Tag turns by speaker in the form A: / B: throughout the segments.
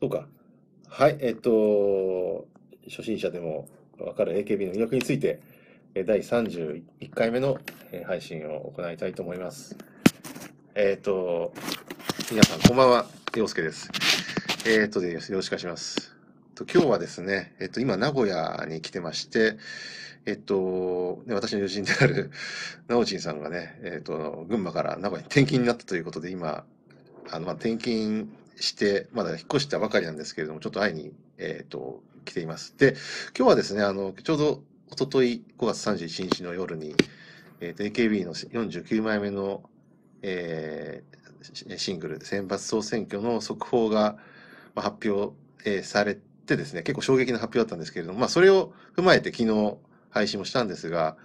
A: そうか。はい、えっと、初心者でもわかる AKB の魅力について、えー第31回目のえー配信を行いたいと思います。えっと、皆さん、こんばんは。陽介です。えっとで、よろしくお願いします。と今日はですね、えっと、今、名古屋に来てまして、えっと、ね私の友人であるなおちんさんがね、えっと、群馬から名古屋に転勤になったということで、今、あの、まあ、転勤して、まだ引っ越したばかりなんですけれども、ちょっと会いに、えっと、来ています。で、今日はですね、あの、ちょうど一昨日5月31日の夜に、えっと、AKB の49枚目の、えーシシングル、選抜総選挙の速報が、まあ、発表、えーされてですね、結構衝撃の発表だったんですけれども、まあ、それを踏まえて昨日配信もしたんですが、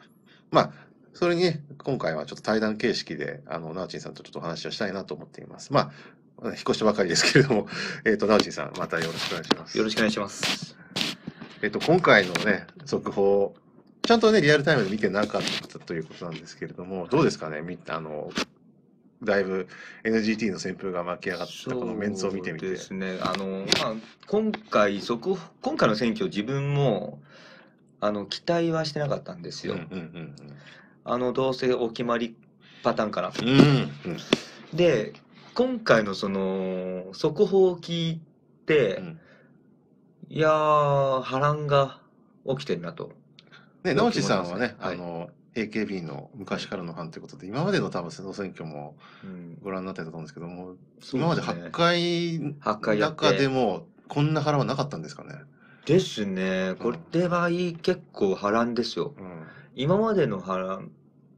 A: まあ、それにね、今回はちょっと対談形式で、あの、なおちんさんとちょっとお話をしたいなと思っています。まあ、引っ越したばかりですけれども、えっと、なおちんさん、またよろしくお願いしま
B: よろし
A: す。
B: くお願いします。
A: えっと、今回のね、速報、ちゃんとね、リアルタイムで見てなかったということなんですけれども、どう
B: は
A: で
B: い。
A: すかね、み、あの、だいぶ NGT の旋風が巻き上がったこのメンツを見
B: そ
A: て
B: う
A: み
B: で
A: て。
B: すね。あの、まあ、今回、そこ、今回の選挙、自分も、あの、期待はしてなかったんです
A: うん
B: よ。
A: うん
B: あの、どうせお決まりパターンかなと。
A: うんうん。うん
B: で、今回のその、速報を聞いうて、
A: ん。
B: いやー、波乱が起きてるなと
A: ね、
B: よ
A: 直
B: く
A: 地
B: 思い
A: さ
B: ま
A: ん
B: す
A: は
B: ね。
A: ね、あ
B: はい。
A: の、AKB の
B: は
A: 昔
B: い。
A: からのファンということで、今までの多分総選挙も
B: うん、
A: ご覧になってたと思うんですけども、
B: そう
A: 今
B: で
A: まです8
B: ね。
A: 回
B: 8回やっ
A: 中で
B: て。
A: も、こんな波乱はなかったんですかね。
B: ですね。
A: う
B: こ
A: ん。
B: れはいい、結構波乱ですよ。
A: うん。
B: 今までの波乱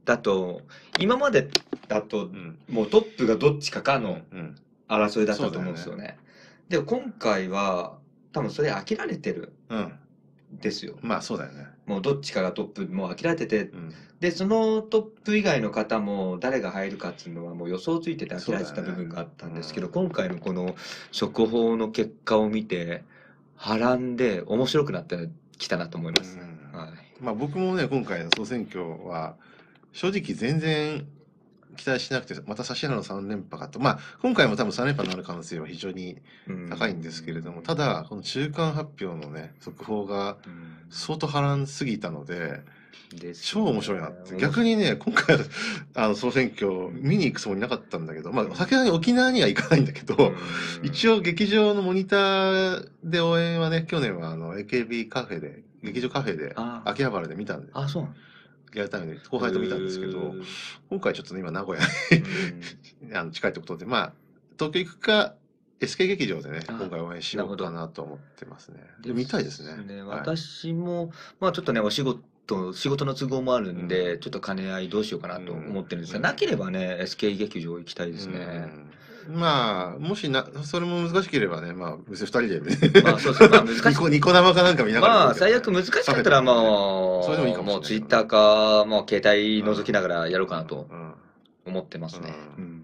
B: だと、今までだと、
A: うん。
B: もうトップがどっちかか
A: う
B: の
A: ん。うん。
B: 争いだっ
A: そ
B: た
A: う
B: と
A: だよ
B: 思うんです
A: ね。
B: よね。で、今回は、多分それ飽きられてる
A: うん。
B: んですよ。
A: まあ、そうだよね。
B: もうどっちかがトップ、もう飽きられてて、
A: うん。
B: で、そのトップ以外の方も誰が入るかっていうのはもう予想ついてて飽き
A: そう
B: られ
A: だ
B: て
A: よ
B: た部
A: ね。
B: 分があった
A: うん
B: ですけど、
A: ん。
B: 今回のこの速報の結果を見て、波乱で面白くなってきたなと思いうますね。
A: ん。
B: はい。
A: まあ、僕もね、今回の総選挙は、正直全然期待しなくて、また指原の3連覇かと。まあ、今回も多分3連覇になる可能性は非常に
B: うー
A: 高いんですけれども、た
B: ん、
A: だ、この中間発表のね、速報が
B: うーん
A: 相当波乱すぎたので、
B: です
A: 超
B: よ
A: 面白い
B: ね。
A: なって。
B: 面
A: 逆
B: 白い。
A: にね、今回、 あの、総選
B: う
A: 挙見
B: ん
A: に行くつもりなかったんだけど、ま
B: う
A: あ、
B: ん
A: さすがに沖縄には行かないんだけ
B: うー
A: ど、一
B: ん。
A: 応劇場のモニターで応援はね、去年はあの、AKB カフェで、
B: う
A: 劇場
B: ん。
A: カフェで、
B: あ
A: 秋葉原で見たんで、
B: あ、あ、そうなの。
A: リアルタイムで後
B: へ
A: 輩と見たんですけど、
B: ー
A: 今回ちょっとね、今名古屋
B: うん。
A: に あの近いってことで、まあ、東京行くか、SK 劇場でね、今
B: あ、
A: 回応援し
B: なる
A: よ
B: ほ
A: うか
B: ど。
A: なと思ってますね。で、
B: で
A: 見たいです
B: す
A: ね。
B: ね、
A: はい。
B: 私も、まあちょっとね、お仕事、仕事の都合もある
A: うんん。
B: で、ちょっと兼ね合いどうしようかな
A: う
B: と思
A: ん。
B: ってるんです
A: う
B: が、なけ
A: ん。
B: ればね、SK 劇場行きたいうですね。
A: ん。まあ、もしな、それも難しければね、まあ、別に二人でね
B: まあそうですね、まあ難
A: ニ
B: し、
A: コ、ニコ生かなんか見ながらでも
B: ま
A: いい
B: あ
A: けど
B: 最
A: ね。
B: 悪難し
A: カフ
B: かっ
A: ェ
B: た
A: と
B: ら、
A: かでね。
B: も
A: それでもいいか
B: う、
A: もしれ
B: もう
A: ない
B: ツ
A: け
B: イ
A: ど
B: ッ
A: ね。
B: ターか、もう携帯
A: う
B: 覗き
A: ん。
B: ながらやろうかなと
A: うん。
B: 思ってま
A: う。
B: すね。うんん。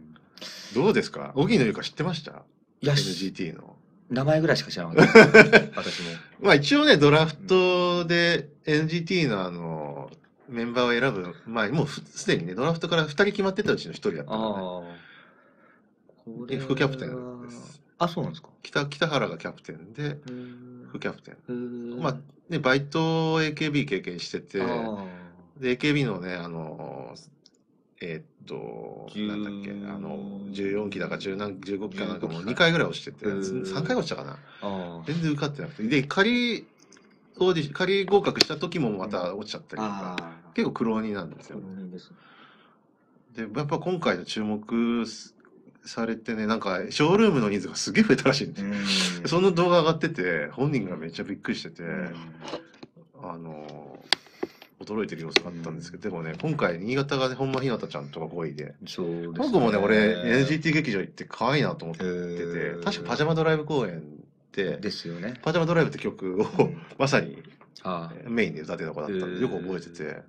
A: どうですか荻野由香知ってました
B: いや、し
A: ?NGT の。
B: 名前ぐらいしか知らなかったです ね。私も。
A: まあ一応ね、ドラフ
B: うん。
A: トで NGT のあの、メンバーを選ぶ前に、もうふすでにね、ドラフトから2人決まってたうちの1人だったからね。
B: ああ。こ
A: で、
B: れ
A: 副キャプテンで
B: は、
A: す。
B: あ、そうなんですか。
A: 北、北原がキャプテンで、
B: うー
A: 副
B: ん。
A: キャプテン。
B: う
A: ま
B: ー
A: あ、
B: ん。
A: ね、バイトを AKB 経験して
B: あ
A: て、
B: あ。
A: で、AKB のね、あの、えーっと、なんだっけ、あの、14期だか10何、15期かなんか
B: 15
A: も
B: 期
A: う
B: か。
A: 2回ぐらい落ちて
B: う
A: て、ず3回
B: ー
A: 落
B: ん。
A: ちたかな。
B: あ
A: 全然受かってなくて。で、仮オーディション、仮合格した時も
B: あ。
A: ま
B: うん。
A: た落ちちゃったりとか、
B: ああ。
A: 結構苦労人なんです
B: こ
A: よ
B: れ
A: ね。
B: もいいですね。
A: で、やっぱ今回の注目すされてね、なんか、ショールームの人数がすげえ増えたらしいんで
B: う
A: すよ。
B: ー
A: そ
B: ん。
A: の動画上がってて、本
B: う
A: 人がめっ
B: ん。
A: ちゃびっくりしてて、
B: うん。
A: あのー驚いてる様子
B: う
A: があったんですけ
B: ん。
A: ど、でもね、今回、新潟がね、本間ひなたちゃんとか5位で、
B: そうで
A: 僕
B: す
A: もね、俺、
B: ね。
A: NGT 劇場行って可愛いなと思っ
B: え
A: てて、確かパ
B: ー、
A: ジャマドライブ公演で、
B: ですよね。
A: パジャマドライブって曲
B: う
A: を
B: ん。
A: まさに
B: ああ。
A: メインで歌ってた子だ
B: え
A: ったんで、よく覚えて
B: ー
A: て、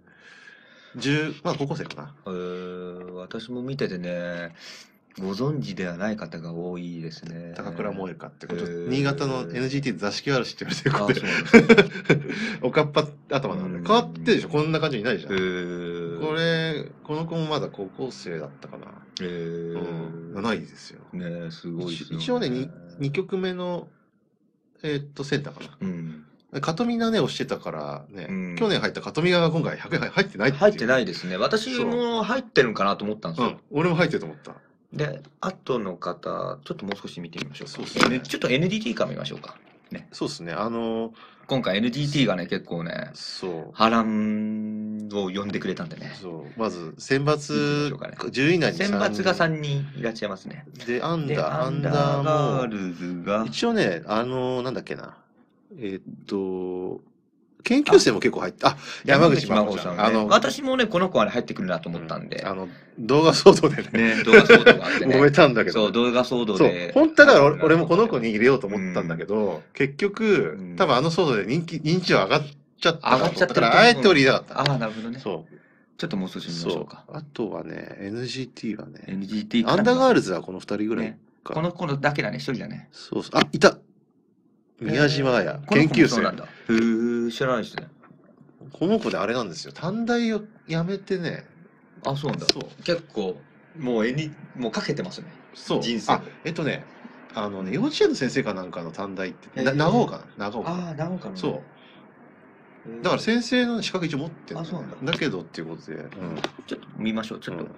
A: 10、まあ高校生かな。
B: えー、私も見ててね、ご存知ではない方が多いですね。
A: 高倉萌香って
B: え
A: これちょっと新潟の
B: ー、
A: NGT 座敷わらしって言われてる子
B: あ
A: で
B: あ、そうなんですね。
A: おかっぱ
B: う
A: 頭
B: ー
A: なので変わってるでしょこん
B: ん。
A: な感じにないじゃ
B: え
A: んこ
B: ー、
A: れこの子もまだ高校生だったかな
B: え
A: うん7位ですよ
B: ー、ねえ、すごいで
A: 一、
B: すよ
A: 一応ね 2,
B: ね。
A: 2曲目のえーっと、センターか
B: うん。
A: な。カトミがね、押してたからね、
B: うん
A: 去年入ったカトミが今回100入ってないっていう
B: 入ってないですね。私も入ってるんかなと思ったんです
A: う
B: よ。
A: ん、俺も入ってると思った。
B: で、後の方、ちょっともう少し見てみましょうか。
A: そうですね
B: N- ちょっと NDT から見ましょうか。
A: そうですね、あの、
B: 今回 NDT がね、結構ね、
A: そう。
B: 波乱を呼んでくれたんでね。
A: そうまず選
B: いいで
A: 抜
B: しょうかね
A: 10位以内に
B: 選抜が
A: 3
B: 3人いらっしゃいますね。
A: 人でアン
B: で、
A: ダー
B: ア
A: ア
B: ン
A: ン
B: ダー
A: ダ
B: ガー
A: ーも
B: ルズが、
A: 一応ねあのなんだっけなえーっと研究生も結構入ってあ山口真帆さん
B: 山口真帆さんね
A: あの
B: 私もね、この子はね入ってくるなと思ったんで、
A: あの動画騒動でね
B: ね、動画騒動があってね。
A: 揉めたんだけ
B: そう、
A: ど
B: 動画騒動
A: そう
B: で。
A: 本当はだから俺
B: な
A: 俺もこの子に入れようと思ったんだけど結
B: う
A: 局
B: ん
A: 多分あの騒動で人気認知は上がっちゃった
B: 上がっちゃってる
A: だからあえて俺入れなかった
B: ああ、なるほどね。
A: そ
B: ちょっともう少し
A: う
B: 見ましょ
A: そう
B: うか。
A: あとはね NGT はね
B: NGT から
A: アンダーガール
B: ズ
A: ズはこの2人ぐらい
B: ね
A: か
B: この子だけだね、一人だね。
A: そうそう。あ、いた宮島
B: え
A: や
B: ー、こ
A: 研
B: の子も
A: 究
B: そうな
A: 生
B: ん。だ。へー、知らないですね。
A: この子であれなんですよ。短大を辞めてね。
B: あ、そうなんだ。
A: そう。
B: 結構、もう、えに、もうかけてますね。
A: そう。
B: 人生
A: あ、えっとね、あのね、幼稚園の先生かなんかの短大って、
B: へ
A: な
B: ー
A: 長岡かな長岡
B: ああ、なおかな。
A: そう。
B: へー
A: だから先生の資格一応持ってん
B: あ
A: だ
B: そうなんだ
A: けどっていうことで。うん。
B: ちょっと見ましょう。ちょっと、
A: うん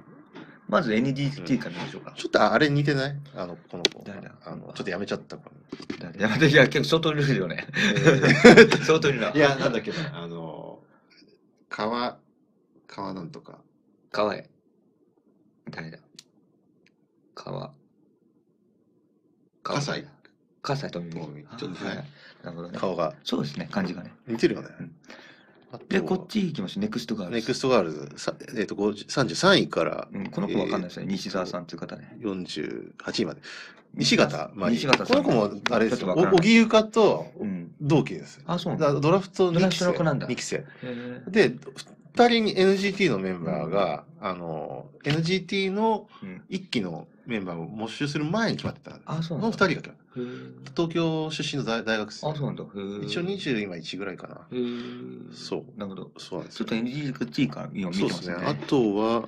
B: まず NDT から見ましょうか。
A: ちょっとああれ似てないあの、この子。
B: 誰だ
A: あの、ちょっと辞めちゃった子。
B: いや、いや結構相当いるよね。 相当いるな。
A: いや、なんだっけな、あの、川、川なんとか。
B: 川へ。誰だ川。
A: 葛西。
B: 葛西とみ
A: もうちょっとね
B: はい。なるほどね。
A: 顔が。
B: そうですね、漢字がね。
A: 似てるよね
B: うん。
A: あと
B: で、こっち行きましょう。ネクストガール
A: ネ
B: ズ
A: クストガールズ、さえっと50 33位から
B: うん、この子わかんないですね。西澤さんという方ね。
A: 48位まで。西方まあ
B: 西方
A: こ
B: さん
A: の子もあれです
B: ち
A: よ
B: ょっとわから
A: お
B: ない
A: 荻ゆかと
B: うん。
A: 同期です。
B: あ、そうなんだ。
A: だドラフト
B: ド
A: 2
B: ラ
A: 期
B: フトの
A: 生
B: 子なんだ
A: 二期生
B: へー
A: で、2人に NGT のメンバーが、あの、NGT の
B: うん
A: 1期のメンバーを募集する前に決まってたの。
B: あ、そう
A: こ
B: な
A: の
B: ん
A: 2
B: だ。
A: 人が決まった
B: へー
A: 東京出身の大大学生
B: あ、。そうなんだ。へー
A: 一応20今1ぐらいかな。
B: へー
A: そう
B: なるほど。
A: そうなんです
B: ちょ
A: よ
B: っと NGT から今見て
A: そう
B: ま
A: です
B: す
A: ね。
B: ね。
A: あとは、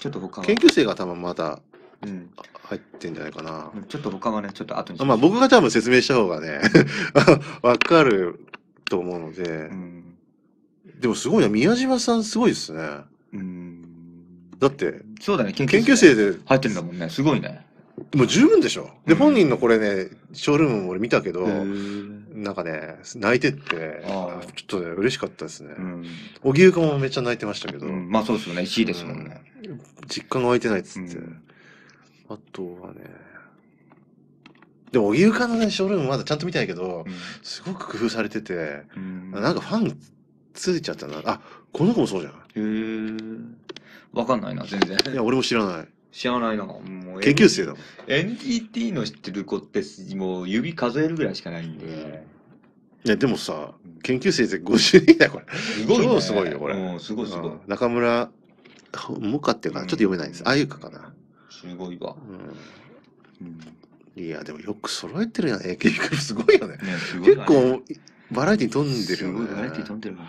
B: ちょっと他は
A: 研、究生が多分まだ
B: うん。
A: 入ってんじゃないかな。
B: ちょっと他はね、ちょっと後にし
A: まあ僕が多分説明した方がね、 わかると思うので
B: う、ん。
A: でもすごいな、宮島さんすごいですね。
B: うん。
A: だって、
B: そうだね、研
A: 研
B: 究
A: 究
B: 生
A: 生で
B: 入ってるんだもんね。すごいね。
A: もう十分でしょ。で、
B: うん
A: 本人のこれね、ショールームも俺見たけ
B: へ
A: ど、
B: ー
A: なんかね、泣いてって、
B: あー
A: ちょっとね、嬉しかったですね
B: う。ん。
A: 荻生かもめっちゃ泣いてましたけど
B: う、んまあそうですよね。1位ですもんね。
A: 実感が湧いてないっつ
B: う
A: って。
B: ん
A: あとはね、でも荻生かのね、ショールームまだちゃんと見てないけど、すごく工夫されてて、
B: うん
A: なんかファンついちゃったな。あ、この子もそうじゃん。
B: へーわかんないな、全然。
A: いや、俺も知らない。
B: 知らないな。もう
A: 研究生だもん。
B: NTT の知ってる子って、もう指数えるぐらいしかないんで。
A: いや、でもさ、研究生って50人だよ、これ。
B: すごいね。
A: 超すごいよこれ
B: うん、すごいすごい
A: うん。中村、もかっていうかな、ちょっと読めないです。あゆかかな。。
B: すごいわ。うん
A: うん。いや、でもよく揃えてるやん、AKB グループすごいよね。
B: ねすごい
A: 結
B: わね
A: 構、バラエティ飛んでするよ
B: ごいバラエティ飛
A: ね。
B: んでるわ。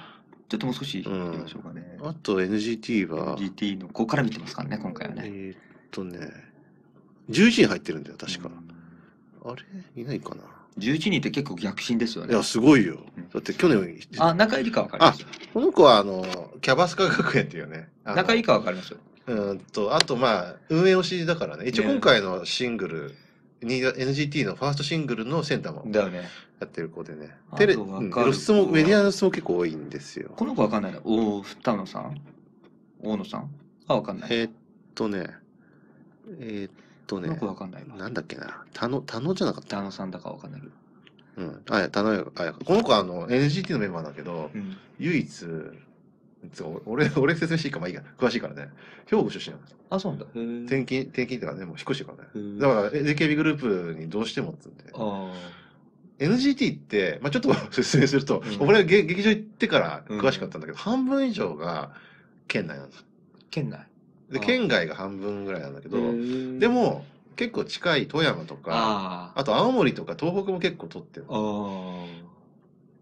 B: ちょっともう少し行きましょうかね。
A: あと NGT は、
B: GT の子から見てますからね、今回はね。
A: えーっとね、11人入ってるんだよ、確か
B: う。ん
A: あれいないかな。
B: 11人って結構逆進ですよ
A: い
B: ね
A: や、。すごいよ
B: うん。
A: だって去年、
B: あ、中井理香わかりますよ。
A: この子は、あの、キャバスカ学園っていうね。あの
B: 中井理香わかりますよ。
A: うーんと、あとまあ、運営推しだからね、一応
B: ね
A: 今回のシングル、に NGT のファーストシングルのセンターも
B: だよね。
A: やってる子でね、
B: あ
A: テレ、
B: と
A: う
B: わ
A: ん
B: かる
A: 露出も、メディアの露出も結構多いんですよ。
B: この子わかんないな。お二野さん大野さんあ、わかんない。
A: えーっとね、えーっと
B: この
A: ね
B: 子、わかんないわ。
A: なんだっけな、田野、田野じゃなかった。
B: 北野さんだかわかんないけど。
A: うん、あや、田野や、あや、この子はあの、NGT のメンバーだけど、
B: うん。
A: 唯一、つうか俺、俺説明していいか、まあいいか、詳しいからね、兵庫出身なんです。
B: あ、そうなんだ。へー
A: 転勤、転勤とかね、もう引っ越してるからね。
B: へー
A: だから、AKB グループにどうしてもっつうんで。
B: あー
A: NGT って、まあ、ちょっと 説明すると、
B: うん
A: 俺はげ劇場行ってから詳しかったんだけど、半分以上が県内なんです。
B: 県内。
A: で、
B: あ
A: 県外が半分ぐらいなんだけど、で
B: で、
A: も結構近い富山とか、
B: ああ。
A: あと青森とか東北も結構取ってる
B: あ。あ。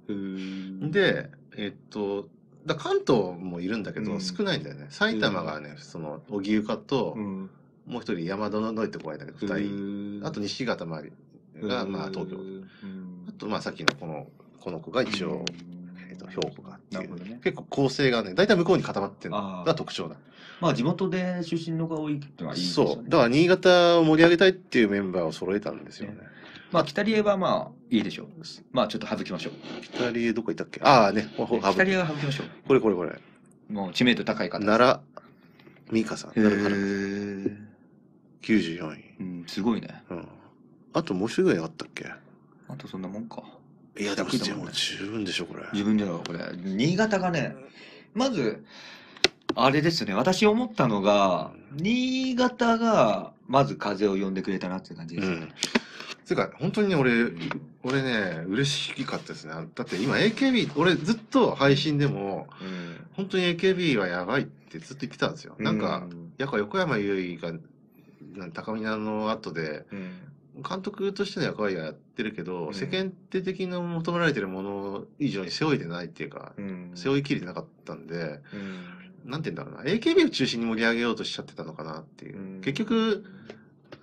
B: へー、
A: で、えっと、だ関東もいるんだけ
B: う
A: ど
B: ん
A: 少ないんだよね。埼玉がね、その荻生かと
B: う、ん。
A: もう一人山田ののいって子がいるんだけど、二人。
B: 人
A: あと西方まりが、まあ東京。
B: うん
A: あとまあ、さっきのこのこの子が一応、えっと
B: 評
A: 評価がって
B: ないるほ
A: う
B: どね。
A: 結構構成がね大体向こうに固まってるの
B: あ
A: が
B: ー
A: 特徴だ
B: まあ地元で出身の子が多いっていうのはいいです
A: そうだ
B: ね。
A: から新潟を盛り上げたいっていうメンバーを揃えたんですよね
B: まあ北リエはまあいいでしょう。まあちょっと省きましょう。
A: 北リエどこ行ったっけああねほほ
B: 北リエは省きましょ
A: これこれこれ
B: う。もう知名度高い方。
A: 奈良美香さん
B: へ
A: 奈良から
B: ー
A: 94位
B: うん、すごいね。
A: うんあともう一人ぐらいあったっけ
B: あとそんなもんか。
A: いやでも
B: 100だ
A: で
B: もん
A: も
B: ね
A: 十分でしょこれ
B: 自分ではこれ。新潟がね、まず、あれですね、私思ったのが、新潟が、まず風を呼んでくれたなっていう感じで
A: う
B: す。
A: んてか本当にね俺
B: うん
A: 俺ね嬉しかったですねだって今 AKB 俺ずっと配信でも
B: うん
A: 本当に AKB はやばいってずっと言ってたんですよなんか、、やっぱ横山由依がなん高見菜の後で
B: うん
A: 監督としての役割はやってるけど、
B: うん
A: 世間体的な求められてるもの以上に背負いでないっていうか、
B: うん
A: 背負いきれてなかったんで
B: うん
A: なんて言うんだろうな AKB を中心に盛り上げようとしちゃってたのかなっていう、
B: うん
A: 結局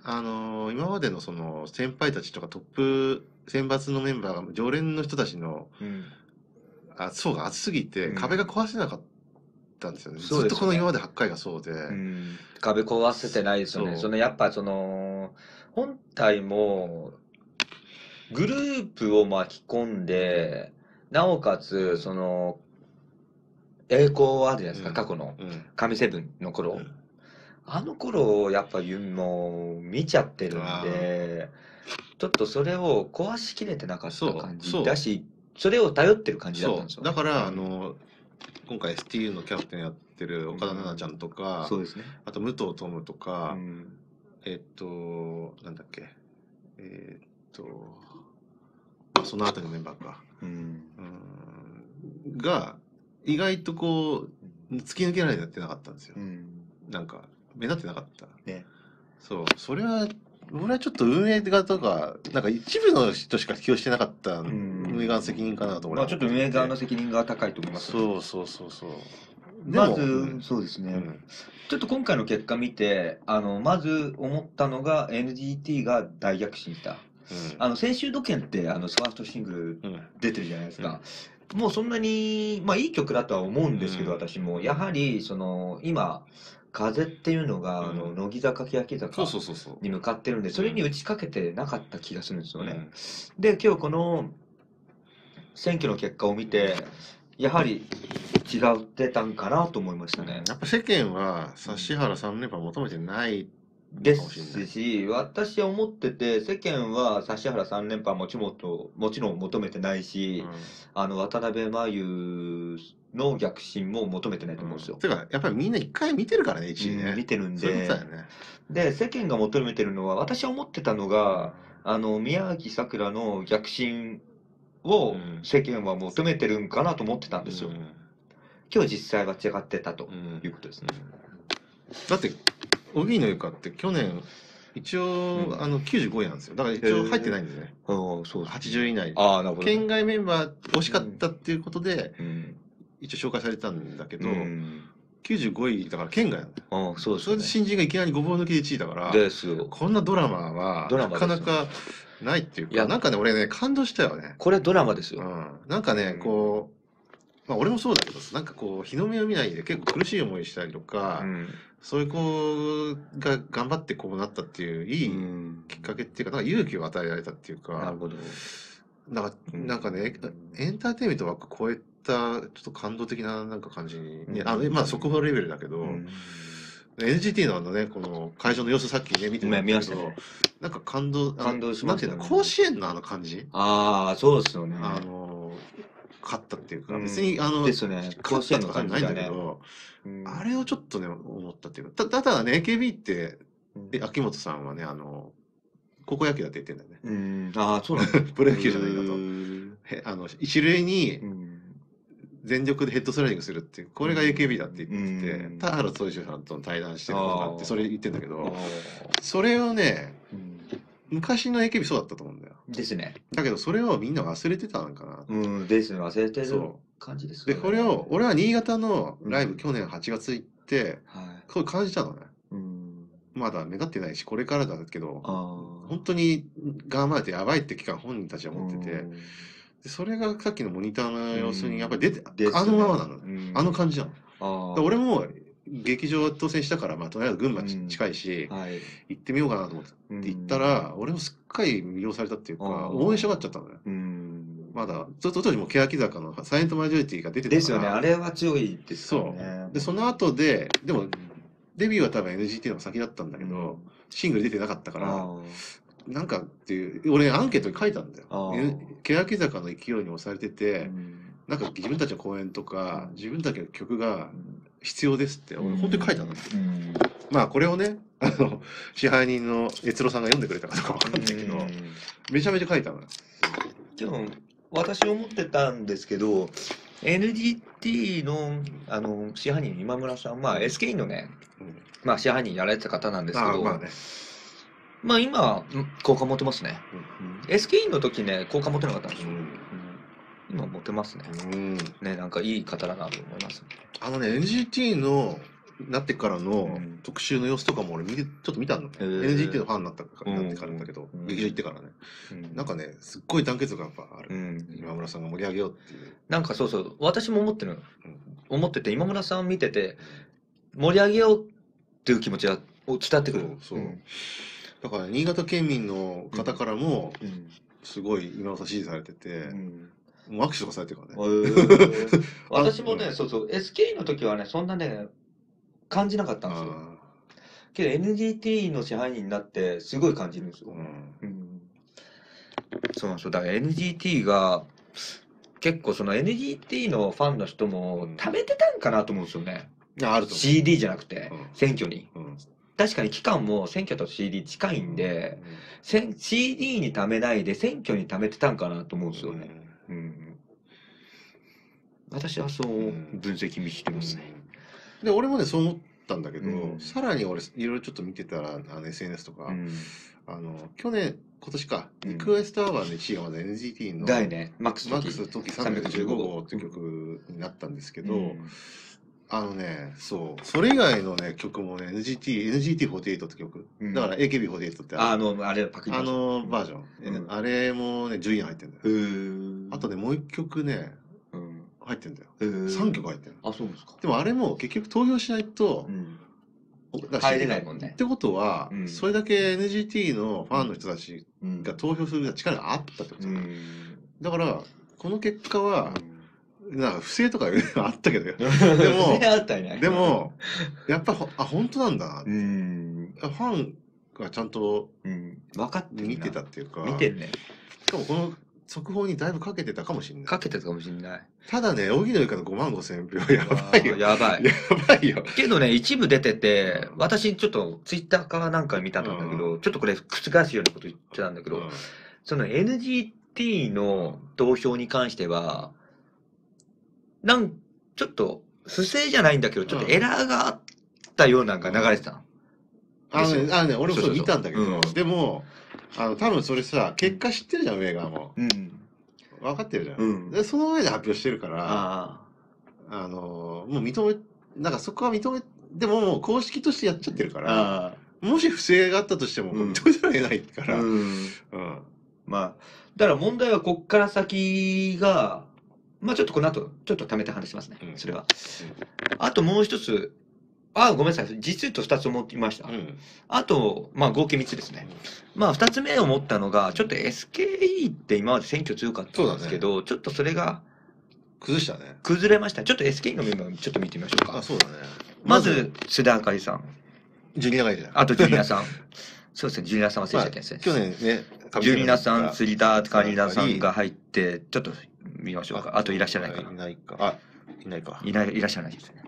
A: あのー今までのその先輩たちとかトップ選抜のメンバーが常連の人たちの
B: うん
A: あ層が厚すぎて
B: うん
A: 壁が壊せなかったんですよね、
B: そう
A: ずっ
B: ですよね
A: とこの今まで8回がそうで、
B: うん壁壊せてないですよね。
A: そう
B: そのやっぱその本体もグループを巻き込んで、なおかつその栄光あるじゃないですか、
A: うん
B: 過去の
A: うん
B: 神セブンの頃、
A: うん
B: あの頃をやっぱゆもう見ちゃってるんで、ちょっとそれを壊しきれてなかった感
A: そうそう
B: じだし、それを頼ってる感じだったんです
A: そう
B: よ。
A: だからあの今回 STU のキャプテンやってる岡田奈々ちゃんとか、
B: そうですね。
A: あと武藤トムとか、
B: うん
A: えっとなんだっけえっとあそのあたりのメンバーか
B: うん
A: うーんが意外とこう突き抜けられてなかったんですよ、
B: うん
A: なんか目立ってなかった
B: ね
A: そうそれは俺はちょっと運営側とかなんか一部の人しか起用してなかった、
B: ん
A: 運営側の責任かなと俺
B: ま
A: は
B: あ、ちょっと運営側の責任が高いと思います、
A: そうそうそうそう。でも
B: まず、
A: うん
B: そうですね、
A: うん
B: ちょっと今回の結果見て、あのまず思ったのが NGT が大躍進した。あの先週土研ってあのファーストシングル
A: うん
B: 出てるじゃないですか。もうそんなに、まあいい曲だとは思うんですけど、
A: うん
B: 私も、やはり、その、今、風っていうのが、あの、
A: うん
B: 乃木坂、欅
A: そ
B: 坂
A: うそうそうそう。
B: に向かってるんで、それに打ちかけてなかった気がするんですよね。
A: うん
B: で、今日この選挙の結果を見て、やはり違ってたんかなと思いましたね。
A: やっぱ世間は指原3連覇求めてない
B: で
A: かもしれな
B: す
A: い
B: し、私は思ってて、世間は指原3連覇もちもともちろん求めてないし、あの渡辺真由の逆進も求めてないと
A: うん
B: 思うんですよ。
A: てか、やっぱりみんな一回見てるからね、1位
B: うん見
A: ね。
B: てるん
A: そういう
B: で
A: ことだよね。
B: で、世間が求めてるのは、私は思ってたのが、あの宮脇さくらの逆進を
A: うん
B: 世間は求めてるんかなと思ってたんですよ。
A: う
B: 今日実際は違ってたと
A: んうん
B: いうことですね。
A: だって、荻野由香って去年、一応
B: う、ん
A: あの、95位なんですよ。だから一応入ってないんですね。
B: ああ、そうです
A: 80位以内。
B: ああ、なるほどね。
A: 県外メンバー惜しかったっていうことで、
B: うん。
A: 一応紹介されたんだけど
B: う、ん
A: 95位だから県外なの。
B: ああ、そう
A: それ
B: で
A: です新
B: ね。
A: 人がいきなりごぼう抜きで1位だから、
B: ですよ。
A: こんなドラマは
B: ドラ
A: な
B: マ
A: か
B: ですね
A: なかないっていうか、
B: いや
A: なんかね、俺ね、感動したよね。
B: これドラマです
A: う
B: よ。
A: ん。なんかね、こう、まあ俺もそうだけど、なんかこう、日の目を見ないで結構苦しい思いしたりとか、
B: うん。
A: そういう子が頑張ってこうなったっていう、いいきっかけっていうか、なんか勇気を与えられたっていう
B: な
A: か
B: る、ほど。
A: なんか
B: うん
A: なんかね、エンターテインメントを超えた、ちょっと感動的ななんか感じに、ね
B: うん
A: あの、まあそこはレベルだけど、NGT のあのね、この会場の様子さっきね、見てたんだけど
B: 見ましたね
A: なんか感動、あの
B: 感動しました
A: な
B: ね
A: んていうの、甲子園のあの感じ、
B: ああ、そうですよね。
A: あの、勝ったっていうか、
B: うん
A: 別に、あの、
B: ですね。
A: 勝ったとかじゃないんだけ
B: 甲子園の感
A: ど、
B: じがね
A: あれをちょっとね、思ったっていうか、たただね、AKB って、
B: うん
A: で秋元さんはね、あの、高校野球だって言ってんだよね。
B: うん。ああ、そう なんだ。
A: プロ野球じゃないかと
B: う。ん
A: へあの、一塁に
B: うん。
A: 全力でヘッドスライディングするっていう、これが AKB だって言ってて、
B: うん
A: 田原総司さんとの対談してることがあっ
B: あ
A: て、
B: ー
A: それ言ってんだけ
B: あ
A: ど、
B: あ
A: それをね、
B: うん
A: 昔の AKB そうだったと思うんだよ。
B: ですね。
A: だけどそれをみんな忘れてたのかなって
B: うん。ですね。忘れてる
A: そ
B: 感じです
A: うで
B: よ
A: これを俺は新潟のライブ、
B: うん
A: 去年8月行って
B: は
A: こう感じたのね
B: い。うん。
A: まだ目立ってないし、これからだけど、本
B: 本
A: 当に頑張れてやばいって期間本人たちは持ってて、
B: うん
A: でそれがさっきのモニターの様子
B: うん
A: にやっぱり出て、
B: ですね
A: あのままなのね。
B: うん
A: あの感じなの。だか
B: あー
A: ら俺も劇場当選したから、まあ、とりあえず群馬ち
B: うん
A: 近いし、
B: はい
A: 行ってみようかなと思って
B: うん
A: 行ったら、俺もすっかり魅了されたっていう
B: あ
A: か、
B: ー
A: 応援したがっちゃったのね。
B: うん
A: まだ、ちょっと当時もう欅坂のサイエントマジョリティが出てたから。
B: ですよねあれは強いですよ
A: そ
B: ね
A: う。で、その後で、でも、デビューは多分 NGT の方が先だったんだけど、シングル出てなかったか、
B: から
A: なんかっていう、俺アンケートに書いたんだよ
B: あ。ー
A: え欅坂の勢いに押されてて、なんか自分たちの公演とか、自分たちの曲が必要ですって、俺本当に書いたの。まあこれをね、あの、支配人の悦郎さんが読んでくれたかどうかわかんないけど、めちゃめちゃ書いたのよ。
B: でも私思ってたんですけど NDT のあの支配人今村さんまあ SK のね
A: うん
B: まあ支配人やられてた方なんですけ
A: まあ
B: ど
A: まあね。
B: まあ今好感持てますね SK の時ね好感持てなかったんです
A: う
B: よ
A: ん。
B: うん今持てますね
A: うん。
B: ねなんかいい方だなと思います
A: あのね、NGT の、なってから
B: う
A: の
B: ん
A: 特集の様子とかも俺見て、ちょっと見たのね。
B: へー
A: NGT のファンになったから、
B: うん
A: なってからだけど、
B: うん
A: 劇場行ってからね。なんかね、すっごい団結感がやっぱあ
B: う
A: る。
B: ん
A: 今村さんが盛り上げようっていう。
B: なんかそうそう、私も思ってるの
A: うん。
B: 思ってて、今村さんを見てて、盛り上げようっていう気持ちがを伝わってくる。
A: そうそうんだから、新潟県民の方からも、
B: うん
A: すごい今村さん支持されてて、もう握手とかされてるからね。
B: 私も
A: う
B: ね、
A: ん
B: そうそう、SK の時はね、そんなね、感じなかったんですよ。
A: あ
B: けど NGT の支配人になって、すごい感じるんです
A: ー
B: よ
A: う。ん
B: うんそうなんですよ。だから NGT が、結構その NGT のファンの人も、貯めてたんかなと思うんですよね。
A: いやあると思
B: CD じゃなくて
A: うん、
B: 選挙に。
A: う。うん
B: 確かに期間も選挙と CD 近いんで、せん CD に貯めないで選挙に貯めてたんかなと思うんですよね。うん私はそう
A: うん
B: 分析見してますね。
A: で俺もねそう思ったんだけど、
B: うん
A: さらに俺いろいろちょっと見てたらあの SNS とか、あの去年今年か、
B: う
A: リ
B: ん
A: クエストアワーの1位がまだ NGT の
B: だよね、マックス
A: マ
B: の
A: ック
B: 時
A: ス時
B: 315
A: 315
B: 号
A: 号っていう曲になったんですけど、
B: うん
A: あのねそうそれ以外のね曲もね NGTNGT48 って曲、
B: うん
A: だから AKB48 って
B: あ
A: ある
B: の、あれパクリ
A: あのバー
B: ジ
A: ジョン、
B: うん
A: あれもね10位に入ってんだよ、
B: ョン。
A: あとねもう1曲ね入ってんだよ3
B: 3
A: 曲入ってる
B: あ、そうですか。
A: でもあれも結局投票しないと
B: う、ん
A: だから
B: 入れないもんね
A: ってことは、
B: うん
A: それだけ NGT のファンの人たち
B: うん
A: が投票する力があったってこと
B: う
A: だ,、
B: ん
A: だからこの結果は、
B: で
A: なんか不正とか あったけど
B: も、あったよね
A: で、もやっぱほあ本当なんだな、
B: うん。
A: ファンがちゃんと
B: うん分かってるな
A: 見てたっていうか
B: 見てるね。
A: しかもこの速報にだいぶかけてたかもしれない
B: かけてたかもしれない。
A: ただね荻野由香の5万5千票やばいよや
B: やばい。
A: ばいよ
B: けどね、一部出てて、私ちょっとツイッターかなんか見たんだけど、ちょっとこれ覆すようなこと言ってたんだけど、その NGT の投票に関しては、なん、ちょっと不正じゃないんだけど、ちょっとエラーがあったようなんか流れてたの。
A: あの
B: です
A: ね、
B: よ
A: あのね俺もそ
B: そう
A: う
B: そうそ
A: 見
B: う
A: たんだけど、
B: うん
A: でも、あの、多分それさ、結果知ってるじゃん、上がも
B: うん。
A: う。分かってるじゃん。
B: うん
A: で、その上で発表してるから、あ
B: あ
A: のー、もう認め、なんかそこは認め、でももう公式としてやっちゃってるか
B: あ。
A: ら、
B: あ
A: もし不正があったとしても、
B: うん
A: 認めざるを得ないか
B: あ。
A: ら、うん。
B: うん。まあ、だから問題はこっから先が、まあちょっとこの後、ちょっと貯めて話しますね
A: う、ん
B: それは。あともう一つ、あ、ごめんなさい、実数と二つ思いました
A: う。ん。
B: あと、まあ合計三つですね。まあ二つ目を持ったのが、ちょっと SKE って今まで選挙強かったんですけど、ちょっとそれが
A: 崩したね。
B: 崩れました。ちょっと SKE のメンバーちょっと見てみましょう
A: あ、
B: か。
A: そうだね。
B: ま、ず、須田あかりさん、
A: ジュニアがいいじゃん。
B: あとジュリ ナさん。そうですね、ジュリナさん忘れちゃいけないですね。
A: 去年ね、
B: ジュリナさん、
A: 上
B: 釣田、カリナさんが入って、ちょっと見ましょうか。あといらっしゃらないか
A: い
B: な。
A: ないか。あ、いないか。
B: いないいらっしゃらないですね。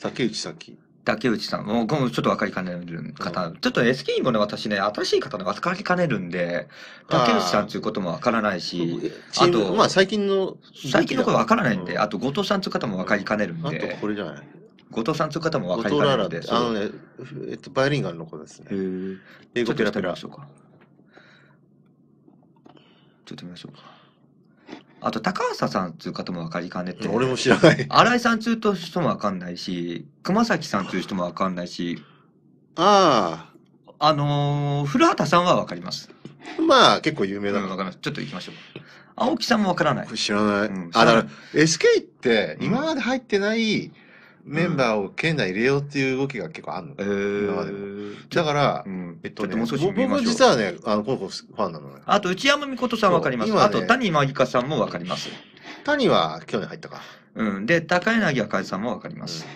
A: 竹内咲。
B: 竹内さん、もうこのちょっと分かりかねる方、ちょっと SK もね、私ね、新しい方が分かりかねるんで、竹内さんということも分からないし、
A: チーム
B: あと
A: まあ最近の、
B: 最近のこと分からないん
A: う
B: で、あと後藤さんという方も分かりかねるん
A: あと
B: で
A: こ、れじゃない。
B: 後藤さんという方も
A: ゴ
B: 分かり
A: ト
B: か
A: ラ
B: ね
A: ーラ
B: る
A: っ
B: ん
A: て
B: で、、
A: あの
B: ね、
A: ね、ふえっと、バイリンガルの子です
B: へ
A: ね。
B: ー
A: 英
B: ち
A: 語
B: ょっ
A: ペ
B: とや
A: ラ
B: って
A: ペ
B: み
A: ラ
B: ま。しょうか。ちょっと見ましょうか。あと、高畑さんという方も分かりかねて、
A: 俺も知らない。
B: 新井さん通と人もわかんないし、熊崎さん通人もわかんないし、
A: あ
B: あのー古畑さんはわかります。
A: あ、まあ結構有
B: う
A: 名
B: ん、
A: だ
B: わ
A: な。
B: かります。ちょっと行きましょう。青木さんもわからない
A: これ。知らない。
B: うん
A: あ、だから
B: 知
A: SK って
B: うん
A: 今まで入ってないメンバーを県内入れようっていう動きが結構あるの。
B: え
A: 今まで
B: ー、
A: だから、
B: うん、
A: え
B: え
A: っ
B: っ
A: と
B: と
A: ね、
B: ね、もう少し見
A: 僕
B: ま
A: 僕
B: し
A: 実
B: ょう。
A: はね、あの、この子ファンなのね。
B: あと、内山美琴さんわかります。
A: そう今
B: あ
A: ね
B: と、谷真理香さんもわかります。
A: 谷は去年入ったか。
B: うん。で、高柳あかりさんもわかります。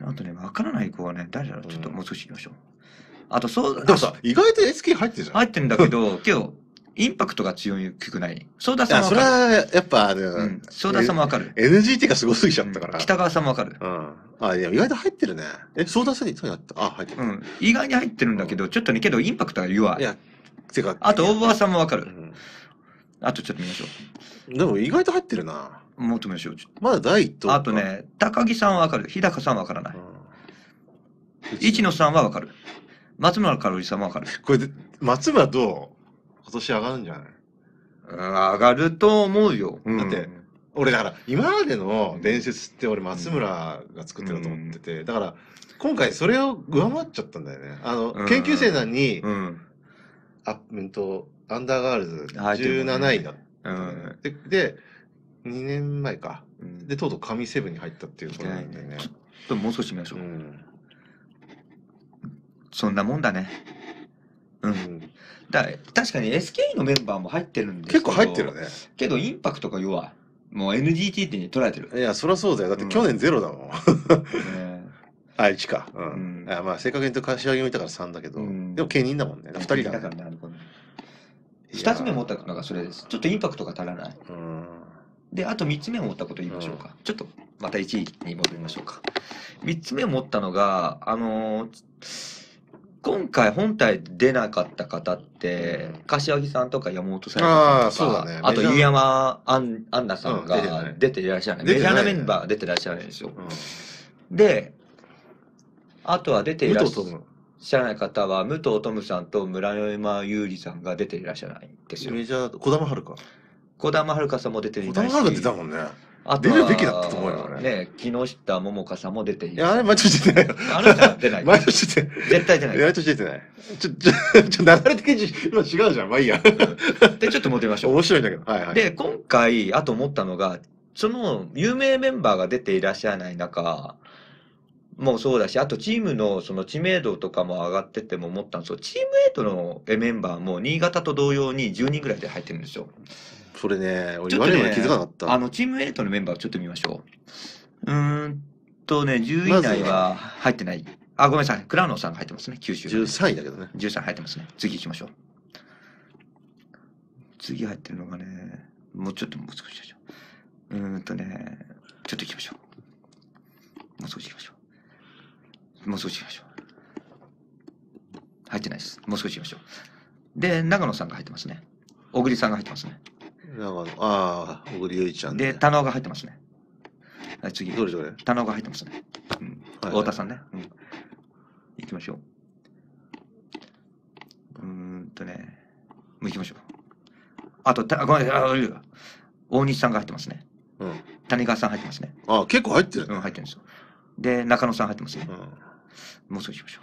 B: あとね、わからない子はね、誰だろう。ちょっともう少し見ましょう。あと、そう、
A: でもさ、意外と SK 入ってるじゃん。
B: 入ってんだけど、今日、インパクトが強くない。ソーダさん
A: あ
B: も
A: そ
B: わ
A: れ
B: か
A: はやっぱ、あの
B: る。うん。ソーダさんもわかる。
A: NGT がすごすぎちゃったか
B: う
A: ら
B: ん。北川さんもわかる。
A: うん。あ、いや、意外と入ってるね。え、相談したにそうなった。あ、入ってる。
B: うん。意外に入ってるんだけど、ちょっとね、けどインパクトが弱
A: い
B: い。
A: や、てか。
B: あと、大場さんもわか
A: う
B: る。
A: ん
B: あと、ちょっと見ましょ
A: でも意外と入ってるな。
B: う。もっと見ましょう。ちょっ
A: まだ第一
B: と
A: 党。
B: あと。ね、高木さんはわかる。日高さんはわからない。
A: うん
B: 一野さんはわかる。松村かおりさんもわかる。
A: これで、松村どう今年上がるんじゃない
B: うん、上がると思うよ。
A: だって俺だから今までの伝説って俺松村が作ってたと思ってて、だから今回それを上回っちゃったんだよねあの、
B: うん
A: 研究生なのに、
B: うん。
A: アップうんとアンダーガールズ
B: 入ってるもんね
A: 17位だった
B: うん
A: だよね、
B: ん。
A: でで2年前か
B: うん、
A: でとうとう神セブンに入ったっていうところなんだよね
B: ちょっともう少し見ましょ
A: う
B: う。
A: ん、
B: そんなもんだね。う。
A: うんん、
B: だ確かに SKE のメンバーも入ってるんですけ
A: 結
B: ど
A: 構入ってるよね
B: けどインパクトが弱いもう NGT に取られ てる、
A: いやそりゃそうだよだって去年ゼロだもん、
B: ね
A: あ1か、うん
B: うん
A: あまあ正確に言うと柏木もいたから3だけど、
B: うん
A: でも兼任だもんね2人だ
B: だ
A: ね
B: からねあのこの2つ目持ったのがそれですちょっとインパクトが足らない
A: うん
B: であと3つ目持ったこと言いましょうか、ちょっとまた1位に戻りましょうか3つ目持ったのがあのー今回本体出なかった方って、
A: うん
B: 柏木さんとか山本さん
A: あー
B: とか
A: そうだね
B: あ
A: メ
B: と
A: ジャー
B: 飯山アンアンナさん
A: うん出てな
B: が
A: い
B: 出ていらっしゃらない,、
A: 出
B: メ
A: て
B: ジ
A: ない
B: ャー
A: ね
B: なメンバーが出ていらっしゃらないんですよ、
A: うん
B: で、あとは出てい
A: 武
B: らっ
A: 藤
B: し
A: とも
B: ゃらない方は、武藤トムさんと村山優里さんが出ていらっしゃらないんですよ。
A: メジャーだと児玉遥か
B: 児玉遥さんも出てい
A: 児
B: な
A: 玉
B: いし、
A: 遥か出たもんね
B: あとは
A: 出るべきだったと思うよ俺
B: ね、木下桃香さんも出てい
A: い
B: らっ
A: や
B: し
A: あ
B: ゃ
A: れ
B: らない。
A: 毎年出てないよ
B: あの人は出ない。
A: 毎年出てない
B: 絶対出ない。
A: 毎年出てないちょちょ ちょ流れ的に今違うじゃんまあいいや
B: で、ちょっと戻りましょう。
A: 面白いんだけどはいはい
B: で、今回、あと思ったのが、その有名メンバーが出ていらっしゃらない中、もうそうだし、あとチームのその知名度とかも上がってっても思ったんですよ。チームエイトのメンバーも新潟と同様に10人ぐらいで入ってるんですよ。
A: それね俺
B: ち
A: 言
B: ょっ
A: われ
B: とね
A: るのに気づかなかった
B: あの、チームエイトのメンバーちょっと見ましょう。うーんとね、10位
A: ま
B: 以
A: ずは
B: 内は入ってない。あ、ごめんなさい。クラノさんが入ってますね、九州がね。
A: 13位だけどね
B: 13入ってますね。次行きましょう。次入ってるのがね、もうちょっともう少しでしょう。うーんとね、ちょっと行きましょう。もう少し行きましょう。もう少し行きましょう。入ってないです。もう少し行きましょう。で、長野さんが入ってますね。小栗さんが入ってますね。
A: なんかああ小栗優衣ちゃん
B: で、
A: ね
B: 田尾が入ってますね。はい、次。
A: どれどれ
B: 田尾が入ってますね。うん。
A: はい
B: 太田さんね。うん。行きましょう。うーんとね。もう行きましょう。あと、たごめんなさいあいるよ。大西さんが入ってますね。
A: うん
B: 谷川さん入ってますね。
A: あ結構入ってる
B: う
A: ね
B: ん、入ってるんですよ。で、中野さん入ってますね
A: う。ん
B: もう少ししましょ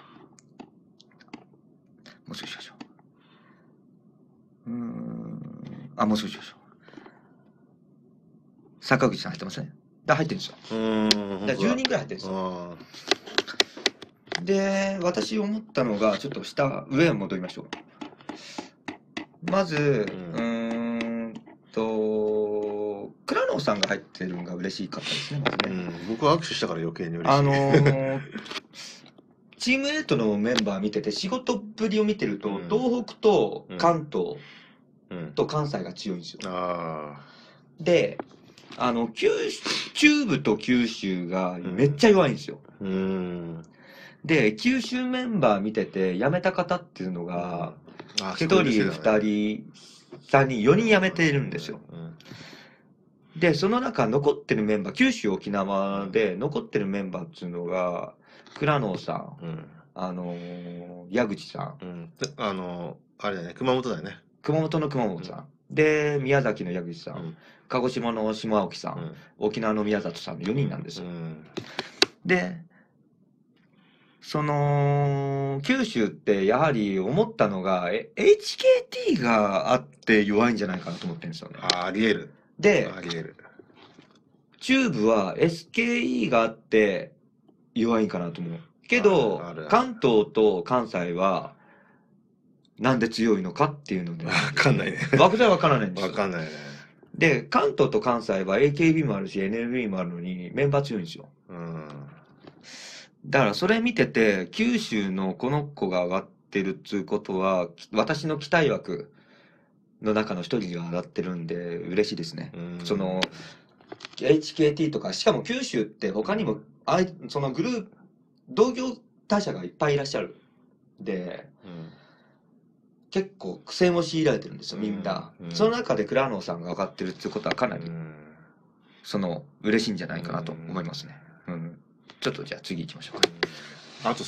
B: う。もう少ししましょう。うーん。あ、もう少ししましょう。坂口さん入ってますね。だ入ってるんですよ。
A: うーん
B: だ10人ぐらい入ってるんですよ。
A: あ
B: で、私思ったのが、ちょっと下、上へ戻りましょう。まず、
A: うん
B: うーんと、倉野さんが入ってるのが嬉しかったですね、ま
A: ーう
B: ずね。
A: ん僕は握手したから余計に嬉しい
B: あのー チームエイトのメンバー見てて、仕事っぷりを見てると、
A: うん
B: 東北と関東
A: うん
B: と関西が強いんですよ。
A: あ
B: で、あの、九州、中部と九州がめっちゃ弱いんですよ。
A: あうん
B: で、九州メンバー見てて、辞めた方っていうのが、
A: あ
B: 1人、2人、3人、4人辞めてるんですよ。。
A: うん
B: で、その中、残ってるメンバー、九州、沖縄で残ってるメンバーっていうのが、倉野さん、
A: うん
B: あのー矢口さん、
A: うん、であのあれだね熊本だよね。
B: 熊本の熊本さん、で、宮崎の矢口さ
A: うんん、
B: 鹿児島の島沖さ、
A: うんん
B: 沖縄の宮里さんの4人なんです
A: う
B: よ。
A: ん
B: で、その、九州ってやはり思ったのが、え HKT があって弱いんじゃないかなと思ってるんですよね。
A: あ、あり得る。
B: で、
A: あり得 る。
B: 中部は SKE があって弱いんかなと思う。けど
A: あるある、
B: 関東と関西は、なんで強いのかっていうので、
A: わかんないね。
B: 僕では分からないんです
A: わ
B: よ。
A: かんないね。
B: で、関東と関西は AKB もあるし、NMB もあるのに、メンバー強いんですよ。
A: うん。
B: だからそれ見てて、九州のこの子が上がってるっつうことは、き私の期待枠の中の一人が上がってるんで、嬉しいですね。
A: うん
B: その、HKT とか、しかも九州って他にも、あいそのグループ、同業他社がいっぱいいらっしゃる。で、
A: うん
B: 結構苦戦を強いられてるんですよ、みんな。
A: うん
B: その中でクラーノさんが上がってるっていうことはかなり、
A: うん
B: その、嬉しいんじゃないかなと思いますね。うん。ちょっとじゃあ次行きましょうか。
A: あと